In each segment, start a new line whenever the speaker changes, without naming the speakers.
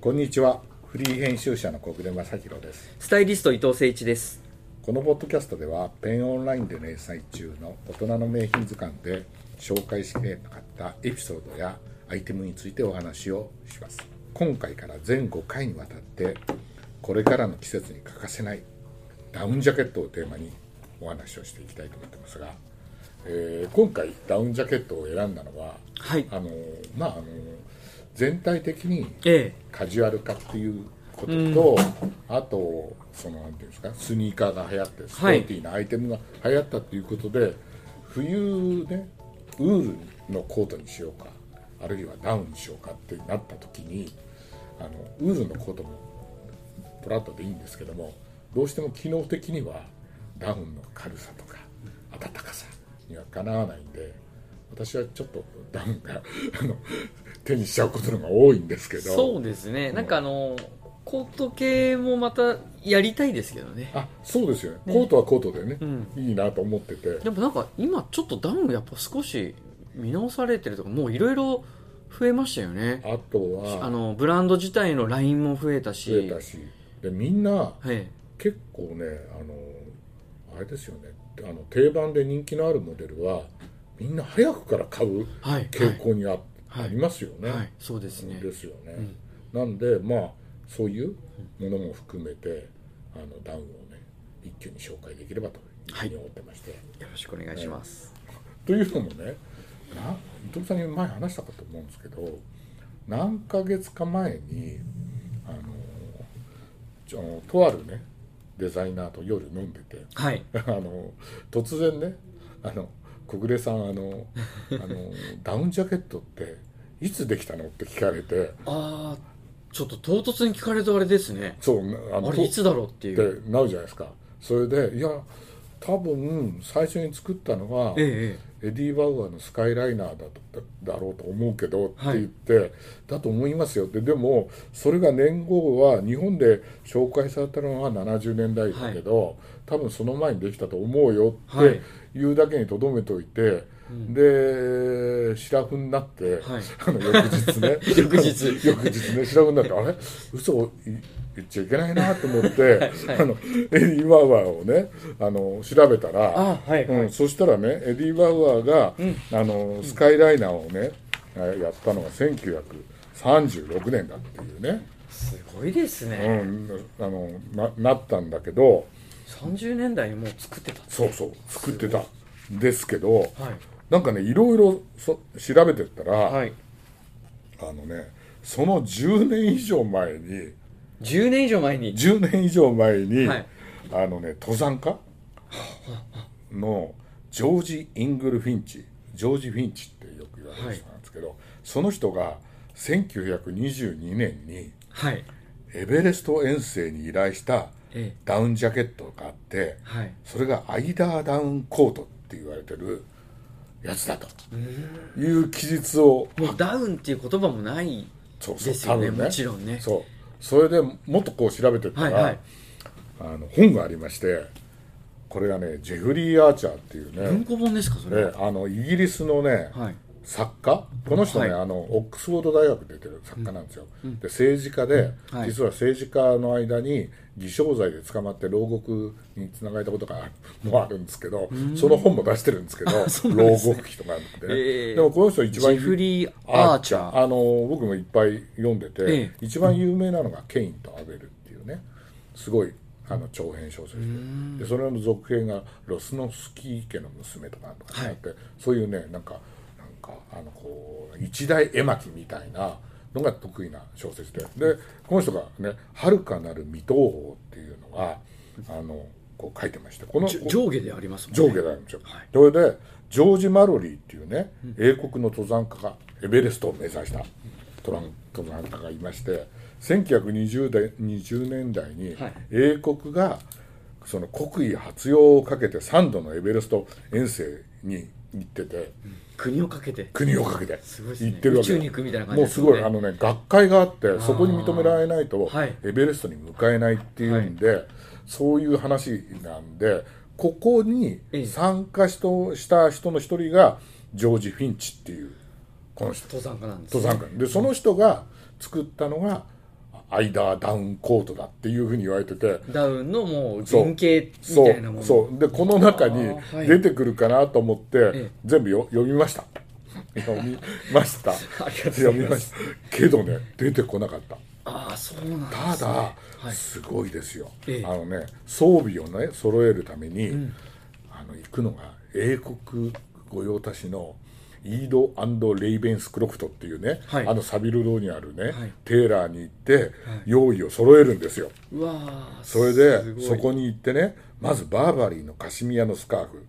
こんにちはフリー編集者の小暮正弘です
スタイリスト伊藤誠一です。
このポッドキャストではペンオンラインで連載中の大人の名品図鑑で紹介しきれなかったエピソードやアイテムについてお話をします今回から全5回にわたってこれからの季節に欠かせないダウンジャケットをテーマにお話をしていきたいと思ってますが、えー今回ダウンジャケットを選んだのは、
はい
あのまああの全体的に
え
カジュアル化っていうことと、あとそのなんていうんですかスニーカーが流行ってスポーティーなアイテムが流行ったっていうことで、冬ねウールのコートにしようかあるいはダウンにしようかってなった時にあのウールのコートもプラットでいいんですけどもどうしても機能的にはダウンの軽さとか暖かさにはかなわないんで私はちょっとダウンがあの手にしちゃうことの方が多いんですけ
え
ど
そうですね。なんかあの、コート系もまたやりたいですけどね。
あそうですよねコートはコートでね、
うん
いいなと思ってて
でもなんか今ちょっとダウンやっぱ少し見直されてるとか、もういろいろ増えましたよね。
あとは
あの、ブランド自体のラインも増えたし。
増えたしでみんな
はい。
結構ねあのあれですよねあの定番で人気のあるモデルはみんな早くから買う
はい。
傾向にあ,、
はい
りますよね、
はい。はいそうですね。
ですよね、なんでまあそういうものも含めてあのダウンをね一挙に紹介できればというふうに思ってまして、
よろしくお願いします。
というのもねな伊藤さんに前話したかと思うんですけど何ヶ月か前にあのちょとあるねデザイナーと夜飲んでて
はい。
あの突然ねあの小暮さんあのあ のダウンジャケットっていつできたのって聞かれて
ああ、ちょっと唐突に聞かれるとあれですね。
そうあの
あれいつだろうっていう。
ってなるじゃないですかそれでいや多分最初に作ったのは
ええええ。
エディ・バウアーのスカイライナーだとだろうと思うけどって
はい
言って、だと思いますよってでもそれが年号は日本で紹介されたのは70年代だけど、多分その前にできたと思うよっ
はい
て言うだけにとどめておいて、で白フになって、
はい
あの翌日ね
翌日
翌日ね白フになってあれ嘘をい言っちゃいけないなと思って、あのエディ・バウアーをねあの調べたら。
あはいはい
うん、そしたらねエディ・バウアーが、あのスカイライナーをね、やったのが1936年だっていうね、
すごいですね。
うん、あのななったんだけど
30年代にもう作ってた
そうそう作ってたんですけど
はい
なんかねいろいろそ調べてったら、
はい
あのねその10年以上前に
10年以上前に
10年以上前に、
はい
あのね登山家のジョージ・イングル・フィンチジョージ・フィンチってよく言われる人なんですけど、その人が1922年に
はい
エベレスト遠征に依頼した
ええ
ダウンジャケットがあって
はい
それがアイダーダウンコートって言われてるやつだという記述を
もうダウンっていう言葉もない
そうそう
ですよね
多分
もちろんね
そうそれでもっとこう調べてったら、
はいはい
あの本がありましてこれがねジェフリー・アーチャーっていう
文
ね,、
庫本ですかそれ
ねあのイギリスのね、
はい
作家この人ね、
はい
あのオックスフォード大学出てる作家なんですよ、で政治家で、
はい
実は政治家の間に偽証罪で捕まって牢獄につながれたことがあるもあるんですけどその本も出してるんですけど牢獄記とかあるんで、ね
ええ
でもこの人一番
ジェフリー
アー
アー
チ
チ
ャ
ャ
ーあ
ー
の僕もいっぱい読んでて、
え
一番有名なのが「ケインとアベル」っていうねすごいあの長編小説ででそれの続編が「ロスノフスキー家の娘」とかなんとかあって、そういうねなんかなんかあのこう一大絵巻みたいなのが得意な小説ででこの人がね「遥かなる未踏法」っていうのがあのこう書いてましてこの
じょ上下でありますもんね
上下なんですよ、
はい
それでジョージ・マロリーっていうね英国の登山家がエベレストを目指したトラン登山家がいまして1920代20年代に
はい
英国がその国威発揚をかけて3度のエベレスト遠征に行ってて
国をかけて
国をかけて
ごいですね
行ってるわけ
宇宙に行くみたいな感じ
もう
ですす
ご
よ
い
ね
あのね学会があってそこに認められないと
はい
エベレストに向かえないっていうんで、そういう話なんでここに
ええ
参加しとした人の一人がジョージ・フィンチっていうこの人
登山家なんです
登山家でその人が作ったのがアイダーダウンコートだっていうふうに言われてて
ダウンのもう
そう
原型み
そ
たいなも
う
の
そうでこの中に
あーはい
出てくるかなと思って、
え
全部よ読みました 読みました
ありがとうございます
読みましたけどね出てこなかった
ああそうなんです、ね、
ただ、
い
すごいですよ、
ええ
あのね装備をね揃えるために、あの行くのが英国御用達のイードレイベンスクロフトっていうね、
はい
あのサビルロにあるね、
はい
テーラーに行って用意を揃えるんですよ、
うわあ
それです
ごい
そこに行ってねまずバーバリーのカシミヤのスカーフ、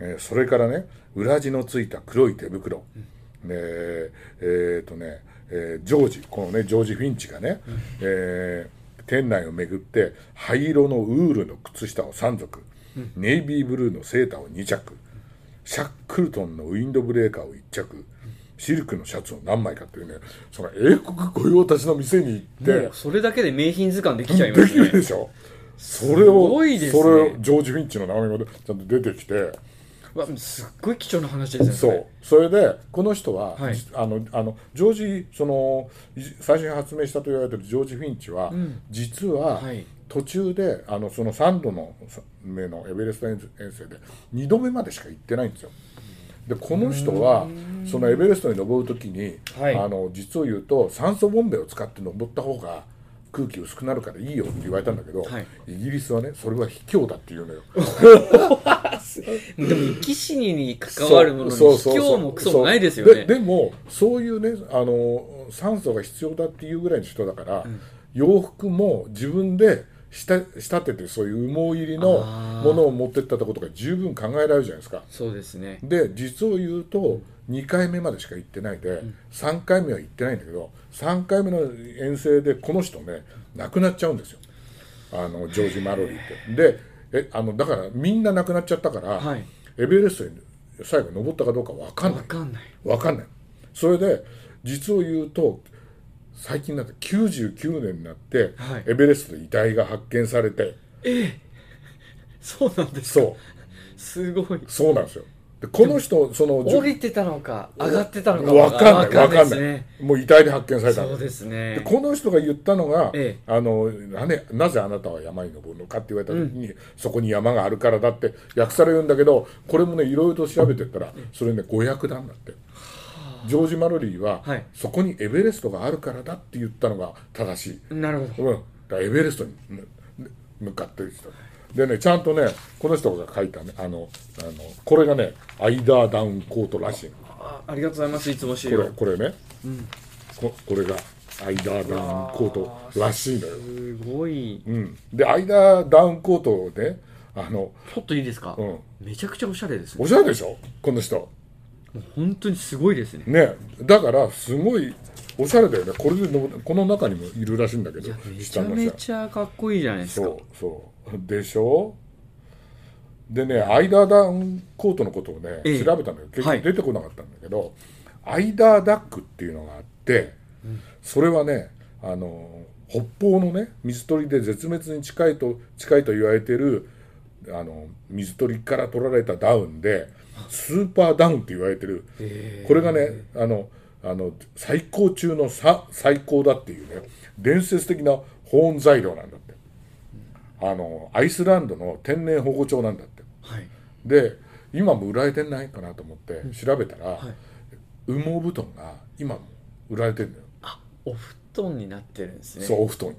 えーそれからね裏地のついた黒い手袋、ねええーとね、えージョージこのねジョージ・フィンチがね、えー店内を巡って灰色のウールの靴下を3足、ネイビーブルーのセーターを2着シャックルトンのウィンドブレーカーを1着シルクのシャツを何枚かっていうねその英国御用達の店に行って
もうそれだけで名品図鑑できちゃいま
でき
すね
るでしょそれを
すごいですね
それをジョージ・フィンチの名前がちゃんと出てきて
うわすっごい貴重な話ですね
そ
れ
うそれでこの人は、
はい
じあのあのジョージそのい最初に発明したと言われてるジョージ・フィンチは、実は、
はい
途中であのその3度のさ目のエベレスト遠征で2度目までしか行ってないんですよ。でこの人はそのエベレストに登る時に、
はい
あの実を言うと酸素ボンベを使って登った方が空気薄くなるからいいよって言われたんだけど、
はい
イギリスはねそれは卑怯だって言うのよ。
でも生き死にに関わるものに卑
そうそうそうそう
怯もクソもないですよね
ででもそういうねあの酸素が必要だっていうぐらいの人だから、洋服も自分でした仕立ててそういう羽毛入りの
あー
ものを持ってったとことか十分考えられるじゃないですか
そうですね
で実を言うと2回目までしか行ってないで、3回目は行ってないんだけど3回目の遠征でこの人ね亡くなっちゃうんですよあのジョージ・マロリーって。でえあのだからみんな亡くなっちゃったから、
はい
エベレストに最後登ったかどうか分かんな
わ
い
かんない
分かんないそれで実を言うと最近になって99年になって、
はい
エベレストで遺体が発見されて
そうなんです
そう
すごい
そうなんですよでこの人そのじゅ
降りてたのか上がってたのか
わかんないわかん
で
ない、
すね
もう遺体で発見された
そ
の
うですね
でこの人が言ったのが、
え
あのなね、なぜあなたは山に登るのかって言われた時に、そこに山があるからだって訳されるんだけどこれもねいろいろと調べてったらそれね誤訳なんだってジョージ・マロリーは、
はい
そこにエベレストがあるからだって言ったのが正しい、
なるほど
うん、だからエベレストにむ向かってる人でねちゃんとねこの人が書いたねあのあのこれがねアイダーダウンコートらしいの
あありがとうございますいつも資
これ
料
これね、ここれがアイダーダウンコートらしいのよ、
すごい
うん、でアイダーダウンコートをねあの
ちょっといいですか、
うん
めちゃくちゃおしゃれですね
おしゃれでしょこの人
もう本当にすごいですね
ねだからすごいおしゃれだよねこれでのこの中にもいるらしいんだけ
い
ど
やめち
下
ゃ
の
め
人
ちゃかっこいいじゃないですか
そうそうでしょでねアイダーダウンコートのことをね、
ええ
調べたのよ結
は
局
い
出てこなかったんだけど、アイダーダックっていうのがあって、それはねあの北方のね水鳥で絶滅に近いと近いと言われてるあの水鳥から取られたダウンでスーパーダウンって言われてる、
へ
これがねあのあの最高中のさ最高だっていうね伝説的な保温材料なんだってあのアイスランドの天然保護鳥なんだって
はい
で今も売られてないかなと思って調べたら、羽毛布団が今も売られてるのよ、
あお布団になってるんですね
そうお布団に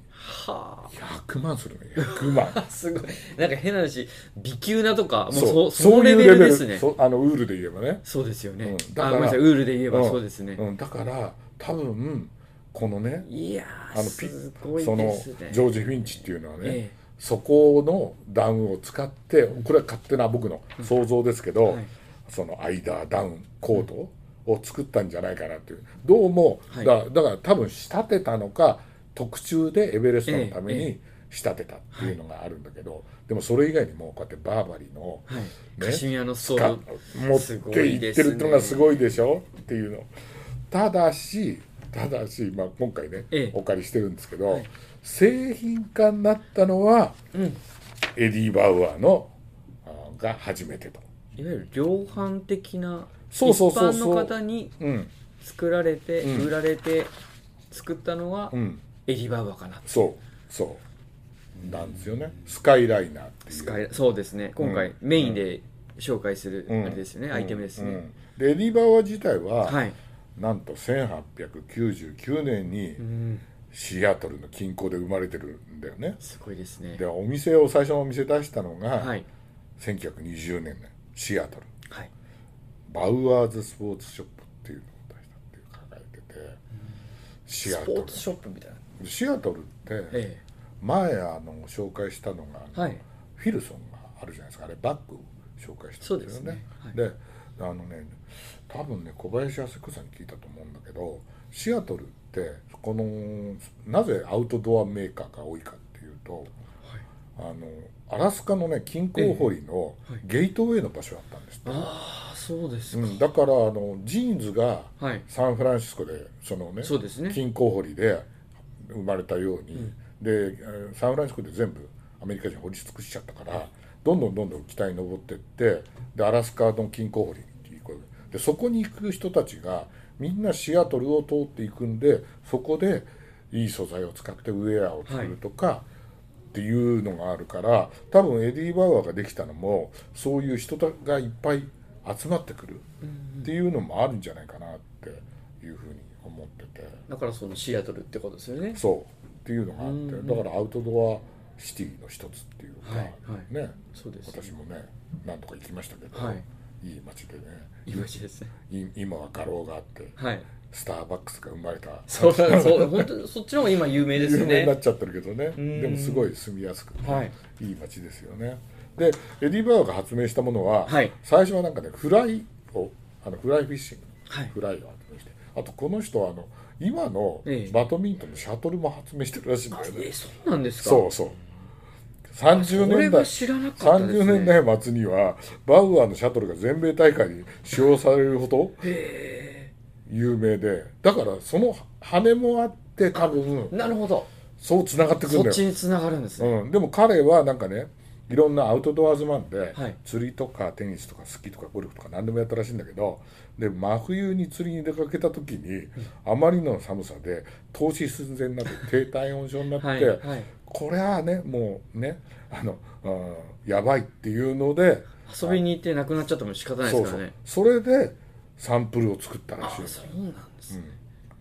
は
100万するのよ100万
あすごいなんか変な話微級なとかもうそそ
そう
の
い
レ
う
ベルですねそう
そうあのウールで言えばね
ですよね、
うんだから
あごめんなさいウールで言えば
ん
そうですね、
うんだから多分このね
いや
あの
ー
ピ
すごい
その
ですね
ジョージ・フィンチっていうのはね、
ええ
そこのダウンを使ってこれは勝手な僕の想像ですけど、
はい
そのアイダーダウンコートを作ったんじゃないかなっていうどうも
はい
だだから多分仕立てたのか特注でエベレストのため
え
に仕立てたっていうのがあるんだけど、でもそれ以外にもこうやってバーバリーの、
はい
ね
カシミヤのソ
か
ー
持っていってるってのがすごいでしょっていうのただしただし、まあ、今回ね、
ええ
お借りしてるんですけど、
はい
製品化になったのは
ド、うん、
エディ・バウアーのあーが初めてと、
いわゆる量販的な
そうそうそうそう
一般の方に
うん
作られて、
うん
売られて作ったのは
うん、
エディバウアーかな
そうそうなんですよねスカイライナーっていう
スカイそうですね今回メインで紹介するあれですよね、アイテムですね、
うんでエディバウアー自体は、
はい、
なんと1899年に
うん、
シアトルの近郊で生まれてるんだよね
すごいですね
でお店を最初のお店出したのが、
はい
1920年ねシアトル
はい
バウアーズスポーツショップっていうのを出したっていう考えてて、シ
ス
アト
ポー
ル
ツショップみたいな
シアトルって
え
前あの紹介したのが、
えはい
フィルソンがあるじゃないですかあれバッグを紹介したんですよね
そう
であのね多分ね小林靖子さんに聞いたと思うんだけどシアトルってこのなぜアウトドアメーカーが多いかっていうとあのアラスカのね近郊掘りの
ええはい
ゲートウェイの場所だったんですって、
ああそうです
う
か、
ん、だからあのジーンズが
はい
サンフランシスコでそのね
そうですね
金鉱掘りで生まれたように、でえーサンフランシスコで全部アメリカ人掘り尽くしちゃったからどんどんどんどん北に登ってってでアラスカの金鉱掘りっていうことででそこに行く人たちがみんなシアトルを通っていくんでそこでいい素材を使ってウェアを作るとか、っていうのがあるから多分エディ・バウアーができたのもそういう人がいっぱい集まってくるっていうのもあるんじゃないかなっていうふうに思ってて。
だからそのシアトルってことですよね
そうっていうのがあって、だからアウトドアシティの一つっていうか、
はいはい
ね
そうです
私もね何とか行きましたけど、
はい
い、い街でね
イメージですね
い今は画廊があって
はい
スターバックスが生まれた
そうだそう本当にそっちの方が今有名です
有名になっ
ね
ちゃってるけどね
ん
でもすごい住みやすくて、
はい、
い街ですよねでエディ・バーが発明したものは、
はい
最初はなんかねフライをあのフライフィッシング、
はい
フライを発明してあとこの人はあの今の
ええ
バドミントンのシャトルも発明してるらしいんだよね、
えそうなんですか
そうそう30
こ
年
れは
代
知らなかったですね
30年代末にはバウアーのシャトルが全米大会に使用されるほど有名でだからその羽もあって多分
なるほど
そうつながってくる
そ
ん
っ
だ
ち
よ、
に繋がるんですね、
うん、でも彼はなんかねいろんなアウトドアズマンで、
はい
釣りとかテニスとかスキーとかゴルフとか何でもやったらしいんだけどで真冬に釣りに出かけた時にあまりの寒さで凍死寸前に なって低体温症になって、
はいはい
これはねもうねあの、うん、やばいっていうので
遊びに行ってなくなっちゃっても仕方ないです
そう
か
そ
ら
う
ね
それでサンプルを作ったらしい
あ
の
そうなんですね、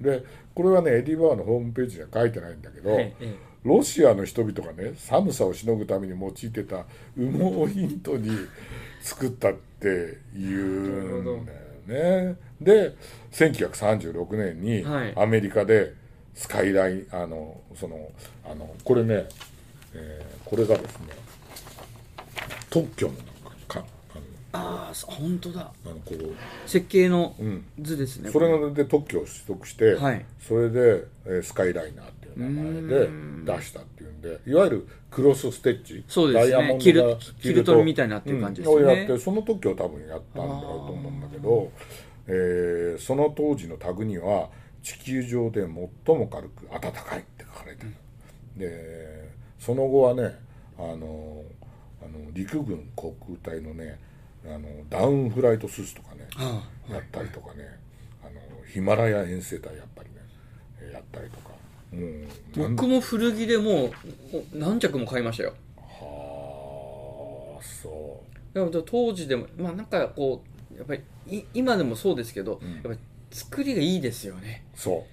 でこれはねエディ・バーのホームページには書いてないんだけど、
ええ
ロシアの人々がね寒さをしのぐために用いてた羽毛をヒントに作ったっていう
なるほ
んだよね。で1936年に
はい
アメリカでスカイラインあのそのあのこれね、えーこれがですね特許のなんかか
ああそう本当だ
あのあのこう
設計の
ん
図ですね、
それがで特許を取得して、
はい
それで、えースカイライナーっていう名前で出したっていうんでいわゆるクロスステッチ
そうですね
ダイヤモンドが
キルキルトみたいになってる感じですよね
うんをやってその特許を多分やったんだろうと思うんだけど、えーその当時のタグには「地球上で最も軽く暖かい」って書かれてる、でその後はねあのあの陸軍航空隊のねあのダウンフライトスーツとかね、
あ
やったりとかね、あのヒマラヤ遠征隊やっぱりねえーやったりとかもうなん
僕も古着でもうもう何着も買いましたよ
はあそ
でも当時でもまあなんかこうやっぱりい今でもそうですけど、
ん
やっぱり作りがいいですよね
うそ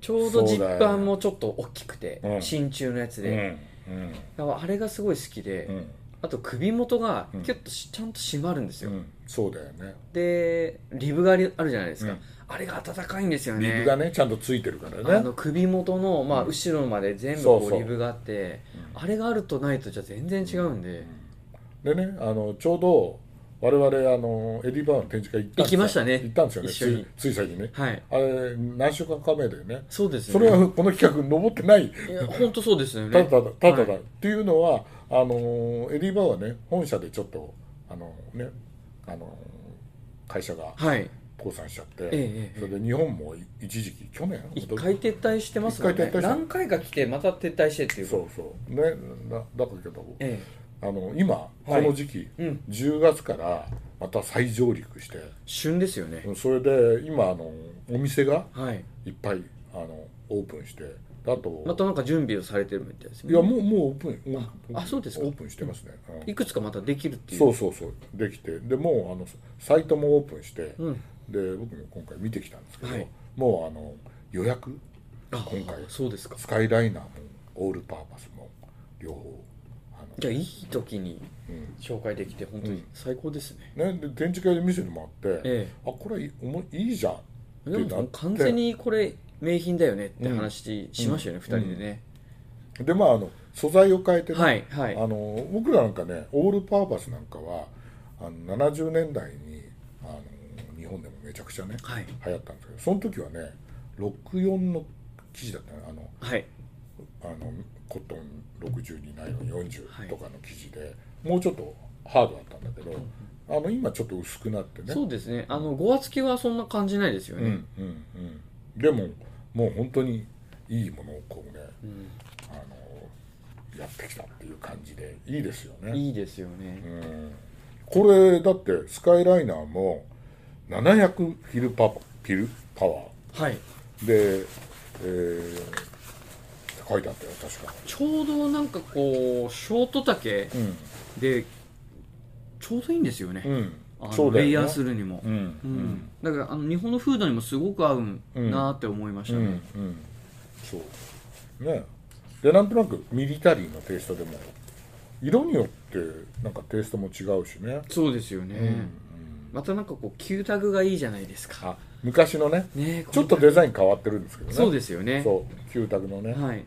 ちょう
そ
どジ
うだよ
ッパーもちょっと大きくて、
うん
真鍮のやつ
うう
で、
んうん
だからあれがすごい好きで、
うん
あと首元が
うん
キュッとし、ちゃんと締まるんです
う
よ、
んそうだよね
でリブがありあるじゃないですか、
うん
あれが暖かいんですよね
リブがねちゃんとついてるか
あ
らね
の首元の、ま
う
あ、
ん
後ろまで全部
そう
こ
そう
うリブがあってあれがあるとないとじゃ全然違うんで、
でねあのちょうど我々あのエディ・バーンの展示会行ったんですよ
行きましたね
行ったんですよね
一緒に
ついつい最近ね
はい
あれ何週間か前だよね
そうです
そ
よ
れ
ね
はこの企画に登ってない
いや本当そうですよね
ただただただだ、
はい
っていうのはあのーエディ・バーはね本社でちょっとあのねあのー会社が
はい
倒産しちゃって、
ええ
それで日本もい一時期去年
一回撤退してますもん
一回
ね
撤退した
何回か来てまた撤退してっていう
そうそうねだだからけど
え
あの今こ
はい
の時期、
えうん
10月からまた再上陸して
旬ですよね、
それで今あのお店が
はい
いっぱいあのオープンしてあと、
またなんか準備をされてるみたいですね
いやもうもうオープン
あそうですか
オープンしてますね、うん
いくつかまたできるっていう
そうそうそうできてでもうあのサイトもオープンして、
うん
で僕も今回見てきたんですけど、
はい
もうあの予約
あ
今回
そうですか
スカイライナーもオールパーパスも両方あの
じゃあいい時に
うん
紹介できて本当に最高です
ね、
ね、
で展示会で見せてもらって、
え
あこれいいおもいいじゃんって
で
なって
も完全にこれ名品だよねって話しましたよね、二2人でね、
でまああの素材を変えてね、
はいはい
あの僕らなんかねオールパーパスなんかはあの70年代にあの日本でもめちゃくちゃね、
はい
流行ったんですけどその時はね64の生地だったねあの
はい
あのコットン62ナイロン
はい
40とかの生地で、もうちょっとハードだったんだけど、あの今ちょっと薄くなってね
そうですねあのごわつきはそんな感じないですよ
うんう
ね、
んうんでももう本当にいいものをこうね
うん
あのやってきたっていう感じでいいですよね
いいですよ
う
ね、
んこれだってスカイライナーも700フィルパパピルパワ
はい
ーで、えー書いてあったよ確か
ちょうどなんかこうショート丈でちょうどいいんですよね、
うん、うん
あ、
そ
の
うだよ、ね、
レイヤーするにも
う、ん
うんだからあの日本のフードにもすごく合うなーって思いまし
うん
た
う
ね、
んそうねでなんとなくミリタリーのテイストでも色によってなんかテイストも違うしね、
そうですよね、
うんうん、
またなんかこう旧タグがいいじゃないですか
あ昔のね
ねえ
ちょっと
こ
デザイン変わってるんですけど
の
ね
そうですよね
そう旧宅のね、
はい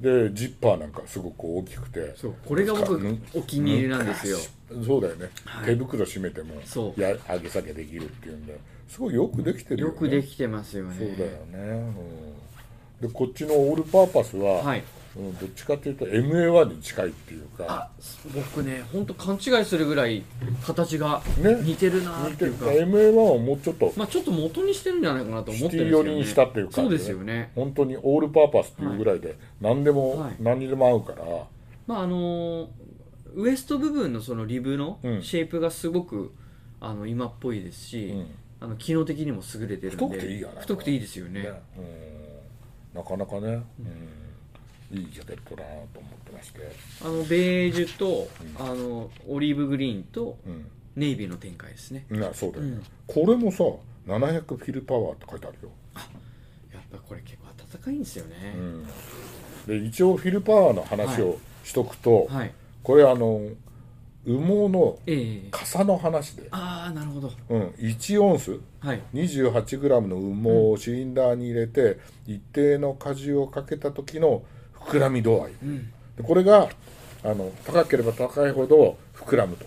うん、でジッパーなんかすごく大きくて
そうこれが僕
うん
お気に入りなんですよ
昔そうだよね、
はい
手袋締めても
そう
や上げ下げできるっていうんですごいよくできてるよ、
よ
ね、
くできてますよね
そうだよね、うん、でこっちのオールパーパスは、
はい
うん、どっちかっていうと MA1 に近いっていう
あ
か
僕ね本当勘違いするぐらい形が
ね
似てるなー
似
って
て
いう
る
か、
MA1 はもうちょっと
まあちょっと元にしてるんじゃないかなと思ってるんですけど、
シティ
ね、
寄りにしたっていう感じ
そう
ね
ですよね
本当にオールパーパスっていうぐらいで何でも
はい
何にでも合うから、
まああのーウエスト部分のそのリブの
うん
シェイプがすごく、あの今っぽいですし、
うん
あの機能的にも優れてるんで
太くていいよね
太くていいですよね
ねうんなかなかね、うん、いいジャケットだなと思ってまして、
あのベージュと、あのオリーブグリーンと
う
ネイビーの展開ですね
ん、なそうだよね、
うん
これもさ700フィルパワーって書いてあるよ、
やっぱこれ結構暖かいんですよね、
うん、で一応フィルパワーの話をしとくと、
はい
これあの羽毛の
ええ
傘の話で、
ああなるほど
うん、1オンス
はい
28g の羽毛をシリンダーに入れて、一定の荷重をかけた時の膨らみ度合い、
ん
でこれがあの高ければ高いほど膨らむと、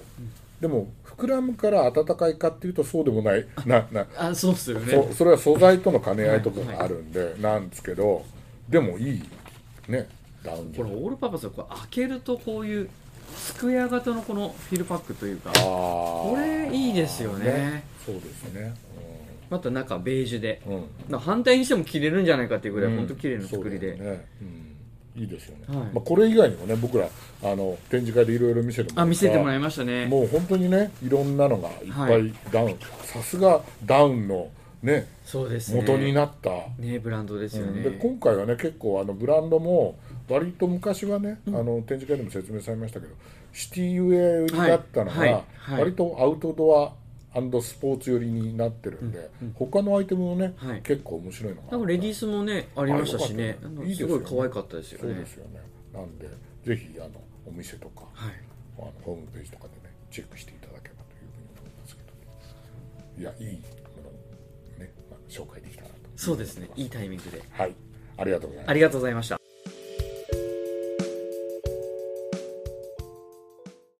でも膨らむから暖かいかっていうとそうでもないなな
あそうっすよね
そそれは素材との兼ね合いとかがあるんで、なんですけどでもいいねダウンジャ
これ
ケット
オールパーパスはこれ開けるとこういうスクエア型のこのフィルパックというか
あー
これいいですよね
そうですね、
また中ベージュで
うんうん
まあ反対にしても着れるんじゃないかっていうぐらい
うん
本当綺麗な作りで、
そうだよねうんいいですよね、
はい
まあ、これ以外にもね僕らあの展示会でいろいろ見せてもらった
あ見せてもらいましたね
もう本当にねいろんなのがいっぱ
はい
ダウン、さすがダウンのね
そうですね
元になった、
ねブランドです
う
よ
ん
ね、
で今回はね結構あのブランドも割と昔はね、あの展示会でも説明されましたけどシティウェア寄りだったのが、
はいはいはい
割とアウトドアスポーツ寄りになってるんで、他のアイテムもね、
はい
結構面白いのが
なんかレディースもねありましたしね
あよか
あ
ったね
の
いいです
す
よ
ご
ね
い可愛かったですよ
そう
ね
ですよねなんでぜひあのお店とか、
はい
あのホームページとかでねチェックしていただければというふうに思いますけどいやいいものをね、まあ紹介できたなと
そうですねいいタイミングで
はいありがとうございます
ありがとうございました